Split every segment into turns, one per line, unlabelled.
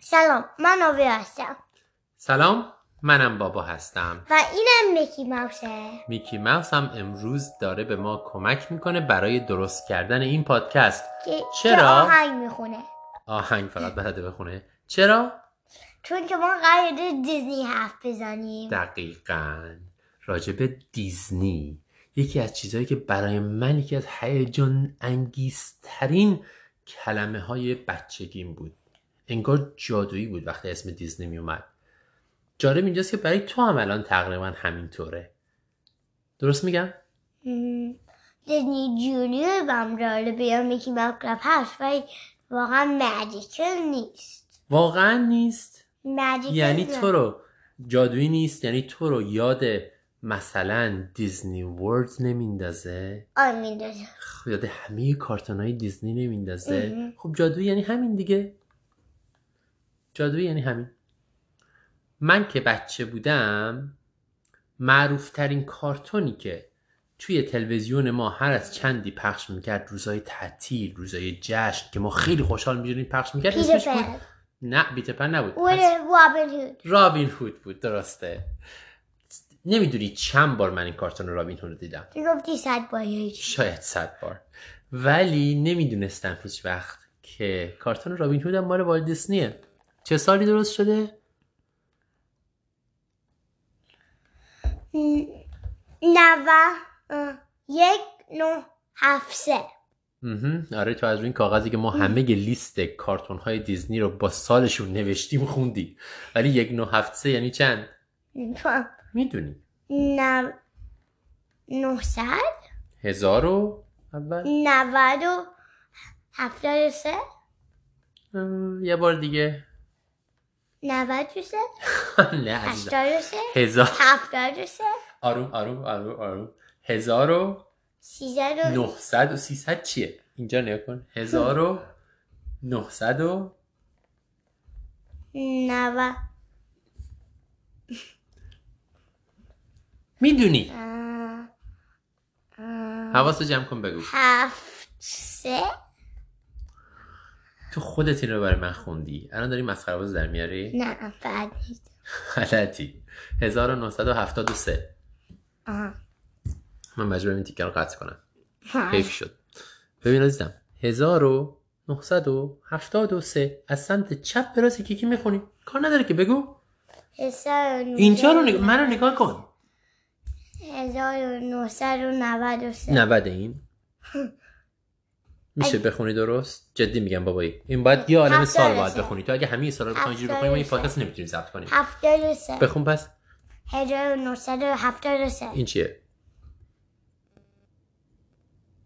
سلام من آبی هستم
سلام منم بابا هستم
و اینم میکی ماوسه
میکی موس هم امروز داره به ما کمک میکنه برای درست کردن این پادکست
که
چرا؟
که آهنگ میخونه
آهنگ فقط بلده بخونه چرا؟
چون که ما قرار دیزنی حرف بزنیم
دقیقا راجب دیزنی یکی از چیزهایی که برای من یکی از هیجان انگیزترین کلمه های بچگیم بود انگار جادویی بود وقتی اسم دیزنی می اومد جالب اینجاست که برای تو هم الان تقریبا همینطوره درست میگم؟
م، دیزنی جونیور بم جالبه یا میکی ماوس کلاب هست ولی واقعا مجیکل نیست
واقعا نیست
مجیکل
یعنی
نه.
تو رو جادویی نیست یعنی تو رو یاد مثلا دیزنی ورد نمیندازه
آن میدازه
خب، یاد همه کارتون های دیزنی نمیندازه
مهم.
خب جادویی یعنی همین دیگه جادویی یعنی همین من که بچه بودم معروف ترین کارتونی که توی تلویزیون ما هر از چندی پخش میکرد روزای تعطیل روزای جشن که ما خیلی خوشحال می‌شدیم پخش میکرد
پیتر
اسمش بود
پن
نه بیتپن نبود
ولی رابین هود
رابین هود بود درسته نمیدونی چند بار من این کارتون رابین هود رو دیدم
تو گفتی صد بار یا هیچ.
شاید صد بار ولی نمیدونستم هیچ وقت که کارتون رابین هود هم مال والت دیسنیه چه سالی درست شده؟
م، نوه اه، یک نو هفت سه
مهم. آره تو از روی این کاغذی که ما همه لیست کارتون های دیزنی رو با سالشون نوشتیم خوندی ولی یک نو هفت سه یعنی چند؟
نمی‌فهم.
میدونی
نو... نهصد
هزار و اول
نود و هفتاد و سه
اه، یه بار دیگه
نود و سه
نه عزیزم
هشتاد و سه
هزار
هفتاد و سه
آروم آروم آروم آروم هزار و
سیصد و
900 و 300 چیه اینجا نگاه کن 1000 و 900 و
نود
میدونی
آه، آه،
حواس جمع کن بگو
هفت سه
تو خودت این رو برای من خوندی الان داری مسخره باز در میاری
نه بعد نیست
غلطی 1973
آه.
من مجبورم این تیکه رو قطع کنم
آه.
حیف شد ببین عزیزم 1973 از سمت چپ به راست کیکی میخونی کار نداره که بگو
هزار و نهصد
اینجا رو
و
نگاه من رو نگاه کن
هزار و نهصد و نود و سه
90 این میشه بخونی درست جدی میگم بابایی این باید یه عالم
هفتاد
سال باید
سه.
بخونی تو اگه همه سال رو بخونی اینجوری بخونی ما این پادکست نمیتونیم ضبط کنیم
هفتاد و سه
بخون پس
هزار و نهصد و هفتاد و سه
این چیه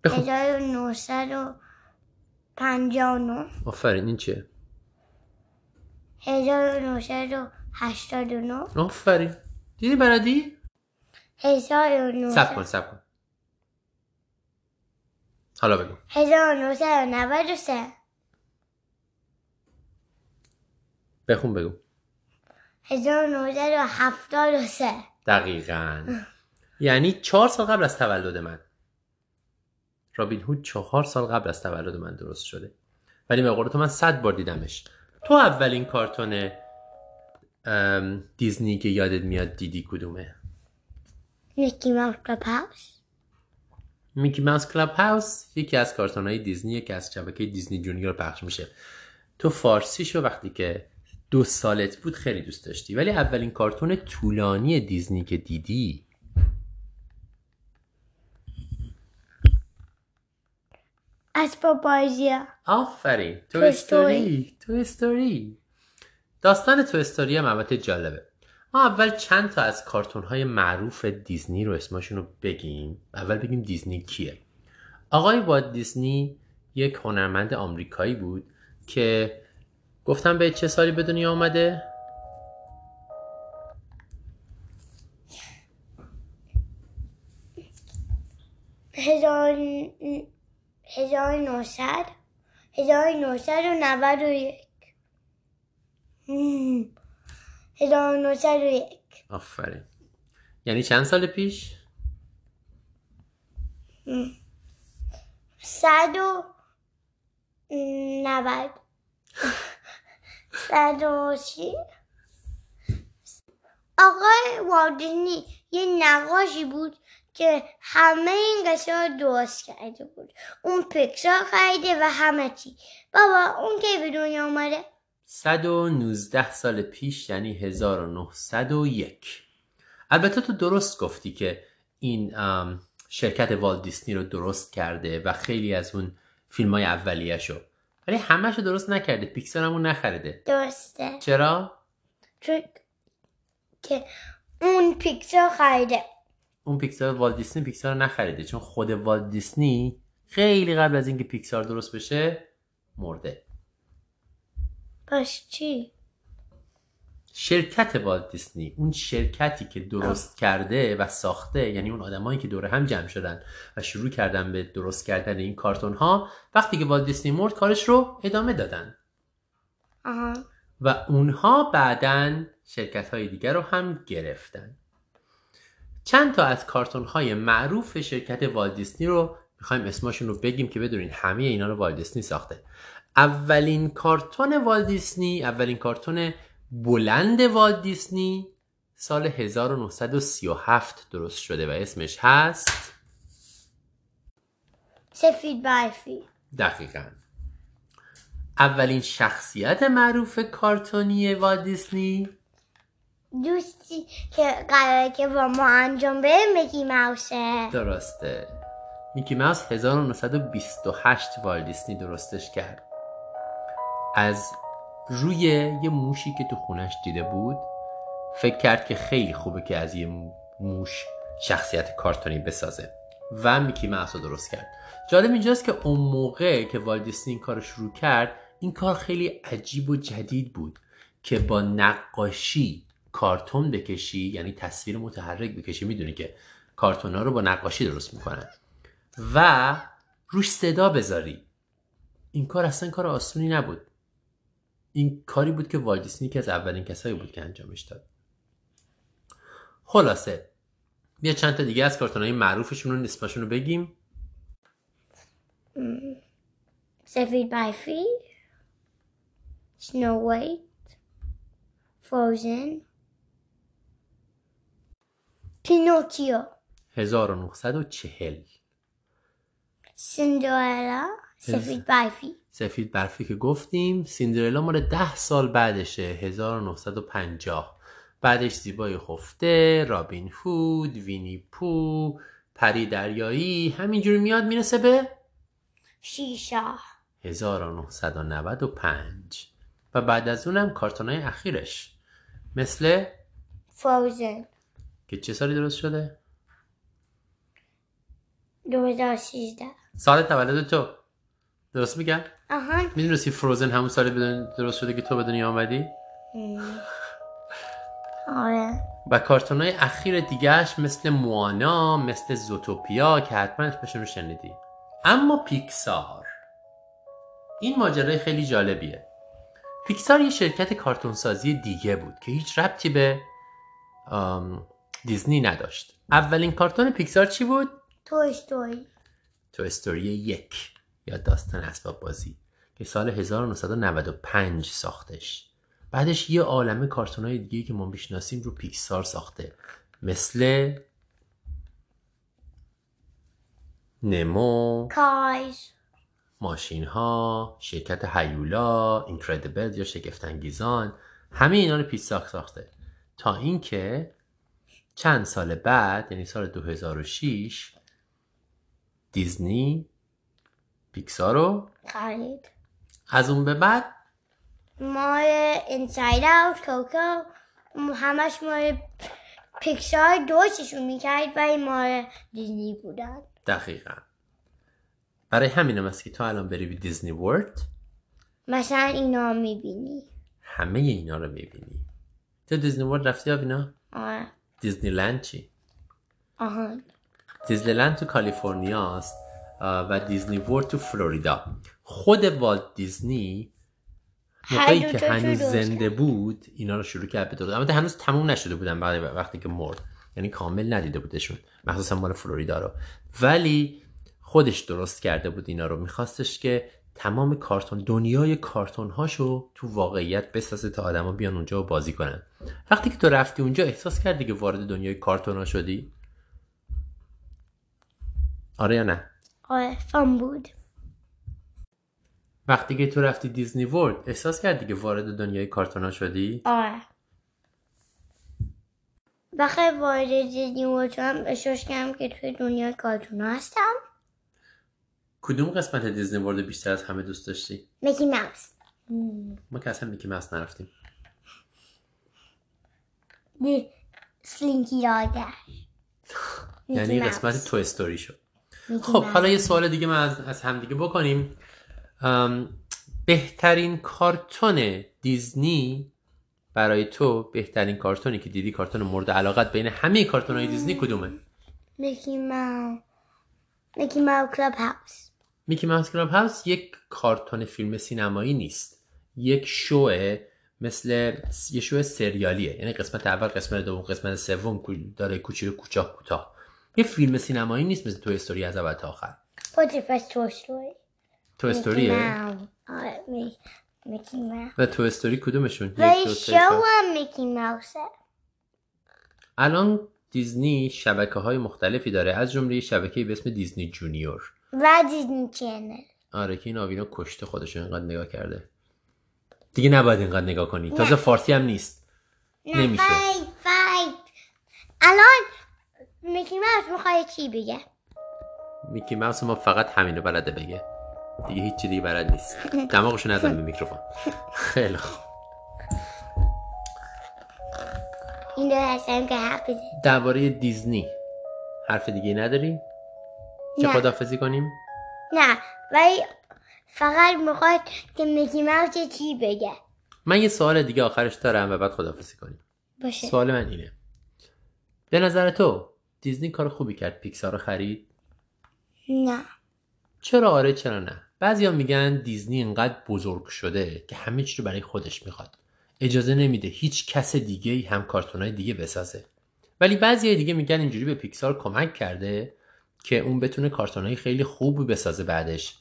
بخون
1959
آفرین این چیه
1989
آفرین دیدی بلدی سب کن
1900
سب کن حالا بگو
1993
بخون بگو
1973
دقیقا یعنی چهار سال قبل از تولد من رابین هود چهار سال قبل از تولد من درست شده ولی به قول تو من صد بار دیدمش تو اولین کارتون ام، دیزنی که یادت میاد دیدی کدومه
میکی ماوس کلاب هاوس
میکی ماوس کلاب هاوس یکی از کارتون های دیزنیه که از شبکه دیزنی جونیور پخش میشه تو فارسیشو وقتی که دو سالت بود خیلی دوست داشتی ولی اولین کارتون طولانی دیزنی که دیدی
اسباب بازیا
آفرین تو
توی
استوری تو استوری داستان تو استوری هم البته جالبه ما اول چند تا از کارتون های معروف دیزنی رو اسمشون رو بگیم اول بگیم دیزنی کیه آقای واد دیزنی یک هنرمند آمریکایی بود که گفتم به چه سالی به دنیا آمده؟
هزار هزار و نهصد هزار و نهصد و نود و یک مم. هزار و نهصد و یک
آفرین یعنی چند سال پیش؟
صد و نود سرنوشی آقای واردینی یه نقاشی بود که همه این قصه رو درست کرده بود اون پیکسار خریده و همه چی بابا اون کی به دنیا اومده
119 سال پیش یعنی 1901 البته تو درست گفتی که این ام، شرکت والت دیسنی رو درست کرده و خیلی از اون فیلم های اولیه‌شو ولی همش رو درست نکرده پیکسار همون نخریده
درسته
چرا؟
چون که اون پیکسار خریده
اون پیکسار والت دیسنی پیکسار رو نخریده چون خود والت دیسنی خیلی قبل از اینکه پیکسار درست بشه مرده
پس چی؟
شرکت والت دیسنی اون شرکتی که درست کرده و ساخته یعنی اون آدمایی که دوره هم جمع شدن و شروع کردن به درست کردن این کارتون ها وقتی که والت دیسنی مرد کارش رو ادامه دادن
آها
و اونها بعدا شرکت های دیگر رو هم گرفتن چند تا از کارتون های معروف شرکت والت دیسنی رو میخوایم اسمشون رو بگیم که بدونین همه اینا رو والت دیسنی ساخته اولین کارتون والت دیسنی اولین کارتون بلند والت دیسنی سال 1937 درست شده و اسمش هست
سفید برفی
دقیقا اولین شخصیت معروف کارتونی والت دیسنی
دوستی که قراره که با ما انجام بده میکی موسه
درسته میکی موس 1928 والت دیسنی درستش کرد از روی یه موشی که تو خونش دیده بود فکر کرد که خیلی خوبه که از یه موش شخصیت کارتونی بسازه و میکی موس رو درست کرد جالب اینجاست که اون موقع که والت دیسنی این کار رو شروع کرد این کار خیلی عجیب و جدید بود که با نقاشی کارتون بکشی یعنی تصویر متحرک بکشی میدونی که کارتون ها رو با نقاشی درست میکنن و روش صدا بذاری این کار اصلا کار آسونی نبود این کاری بود که والت دیسنی که از اولین کسایی بود که انجامش داد خلاصه بیا چند تا دیگه از کارتون های معروفشون رو نسبشون رو بگیم
سفید برفی سنو وایت فروزن پینوکیو
1940
سندرلا سفید برفی
سفید برفی که گفتیم سیندرلا مال ده سال بعدشه 1950 بعدش زیبای خفته رابین هود وینی پو پری دریایی همینجوری میاد میرسه به
شیشا
1995 و بعد از اونم کارتونای اخیرش مثل
فروزن
که چه سالی درست شده؟
2013
سال تولد تو درست میگم؟
آهان
میدونستی فروزن همون سال بدون- درست شده که تو به دنیا آمدی؟
آره
و کارتون های اخیر دیگهش مثل موانا مثل زوتوپیا که حتما اسمشون رو شنیدی اما پیکسار این ماجرای خیلی جالبیه پیکسار یه شرکت کارتونسازی دیگه بود که هیچ ربطی به آم، دیزنی نداشت اولین کارتون پیکسار چی بود؟
توی ستوری
تو استوری یک یا داستان اسباب بازی که سال 1995 ساختش بعدش یه عالمه کارتون های دیگه که ما میشناسیم رو پیکسار ساخته مثل نمو
کایز
ماشین ها شرکت هیولا اینکردیبل یا شگفتانگیزان همه اینا رو پیکسار ساخته تا اینکه چند سال بعد یعنی سال 2006 دیزنی پیکسار رو
خرید
از اون به بعد
مال اینساید اوت کوکو م- همش مال پیکسار درستشون میکرد و این مال دیزنی بودن
دقیقا برای همینم است که تو الان بری به دیزنی ورلد
مثلا اینا میبینی
همه اینا رو میبینی تو دیزنی ورلد رفتی آبینا؟
آره
دیزنی لند چی؟
آهان
دیزنیلند تو کالیفرنیا است آه، و دیزنی ورد تو فلوریدا خود والت دیزنی موقعی
هر دو
که
تاشو
هنوز
درست
زنده بود اینا رو شروع کرد به درست اما هنوز تموم نشده بودن بعد وقتی که مرد یعنی کامل ندیده بودشون مخصوصا مال فلوریدا رو ولی خودش درست کرده بود اینا رو میخواستش که تمام کارتون دنیای کارتون هاشو تو واقعیت بسازه تا آدما بیان اونجا و بازی کنن وقتی که تو رفتی اونجا احساس کردی که وارد دنیای کارتون ها شدی آره یا نه
آره فان بود
وقتی که تو رفتی دیزنی ورلد احساس کردی که وارد دنیای کارتون ها شدی
آره وقتی وارد دیزنی ورلد شدم احساس کردم که توی دنیای کارتون هستم
کدوم قسمت دیزنی ورلد بیشتر از همه دوست داشتی
میکی ماوس
ما که اصلا میکی ماوس نرفتیم
دی- سلینکی راگر
یعنی
میکی
قسمت
ماوس.
تو استوری شد
میکی
خب
ماوس.
حالا یه سوال دیگه من از, از همدیگه بکنیم ام، بهترین کارتون دیزنی برای تو بهترین کارتونی که دیدی کارتون مورد علاقت بین همه کارتون های دیزنی کدومه
میکی ماوس میکی ماوس کلاب هاوس
میکی ماوس کلاب هاوس یک کارتون فیلم سینمایی نیست یک شوه مثل س- یه شو سریالیه یعنی قسمت اول قسمت دوم قسمت سوم کو- داره کوچیک کوچاه کوتاه یه فیلم سینمایی نیست مثل تو استوری از اول تا آخر
پوتی پس تو استوری
تو استوریه
آره می- میکی ماوس
و تو استوری کدومشون یک،
و
دو، سه،
شو
چهار.
هم میکی ماوسه
الان دیزنی شبکه های مختلفی داره از جمله یه شبکه به اسم دیزنی جونیور
و دیزنی چنل
آره که این آوینا کشته خودش اینقدر نگاه کرده دیگه نباید اینقدر نگاه کنی
نه.
تازه فارسی هم نیست
نه
نمیشه.
فایت فایت الان میکی ماوس میخوای چی بگه
میکی ماوس ما فقط همینو بلده بگه دیگه هیچی دیگه بلد نیست دماغشو نزن به میکروفون خیلی خوب
این دو هستم که حق بزن.
درباره دیزنی حرف دیگه نداری؟ که
نه.
خدافزی کنیم؟
نه ولی فقط میخواد که میکی ماوس یه چی بگه
من یه سوال دیگه آخرش دارم و بعد خدافزی کنیم
باشه
سوال من اینه به نظر تو دیزنی کار خوبی کرد پیکسار رو خرید
نه
چرا آره چرا نه بعضیا میگن دیزنی اینقدر بزرگ شده که همه چی رو برای خودش میخواد اجازه نمیده هیچ کس دیگه هم کارتونای دیگه بسازه ولی بعضی دیگه میگن اینجوری به پیکسار کمک کرده که اون بتونه کارتونای خیلی خوبی بسازه بعدش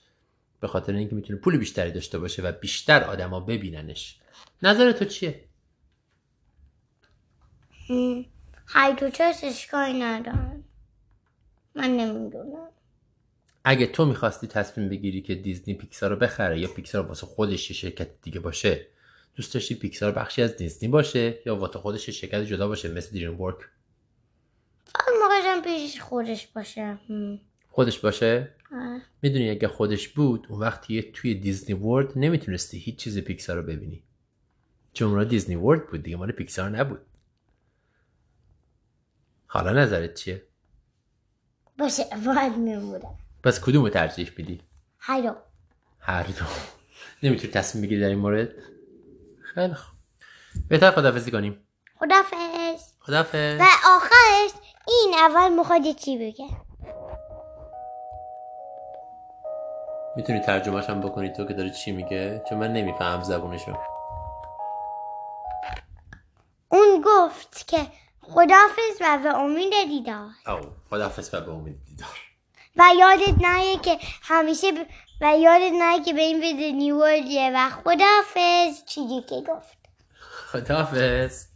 به خاطر اینکه میتونه پول بیشتری داشته باشه و بیشتر آدما ببیننش نظر تو چیه
م. هایدروچاس اشکالی ندارم من نمیدونم
اگه تو میخواستی تصمیم بگیری که دیزنی پیکسار رو بخره یا پیکسار واسه خودش یه شرکت دیگه باشه دوست داشتی پیکسار بخشی از دیزنی باشه یا واسه خودش یه شرکت جدا باشه مثل دریم ورک
فقط موقعشم پیش خودش باشه م.
خودش باشه
آه.
میدونی اگه خودش بود اون وقت دیگه توی دیزنی ورلد نمیتونستی هیچ چیز پیکسار رو ببینی چون اون دیزنی ورلد بود دیگه مال پیکسار نبود حالا نظرت چیه
باشه باید میمونم
پس کدوم رو ترجیح میدی
هیرو
هر دو نمیتونی تصمیم بگیری در این مورد خیلی خوب بهتر خدافزی کنیم
خدافز
خدافز
و آخرش این اول میخواد یه چی بگه
میتونی ترجمهش هم بکنی تو که داره چی میگه چون من نمیفهم زبونشو
اون گفت که خدافز و به امید دیدار
او خدافز و به امید دیدار
و یادت نره که همیشه ب... و یادت نره که به این ویدیو نیوردیه و خدافز چیزی که گفت
خدافز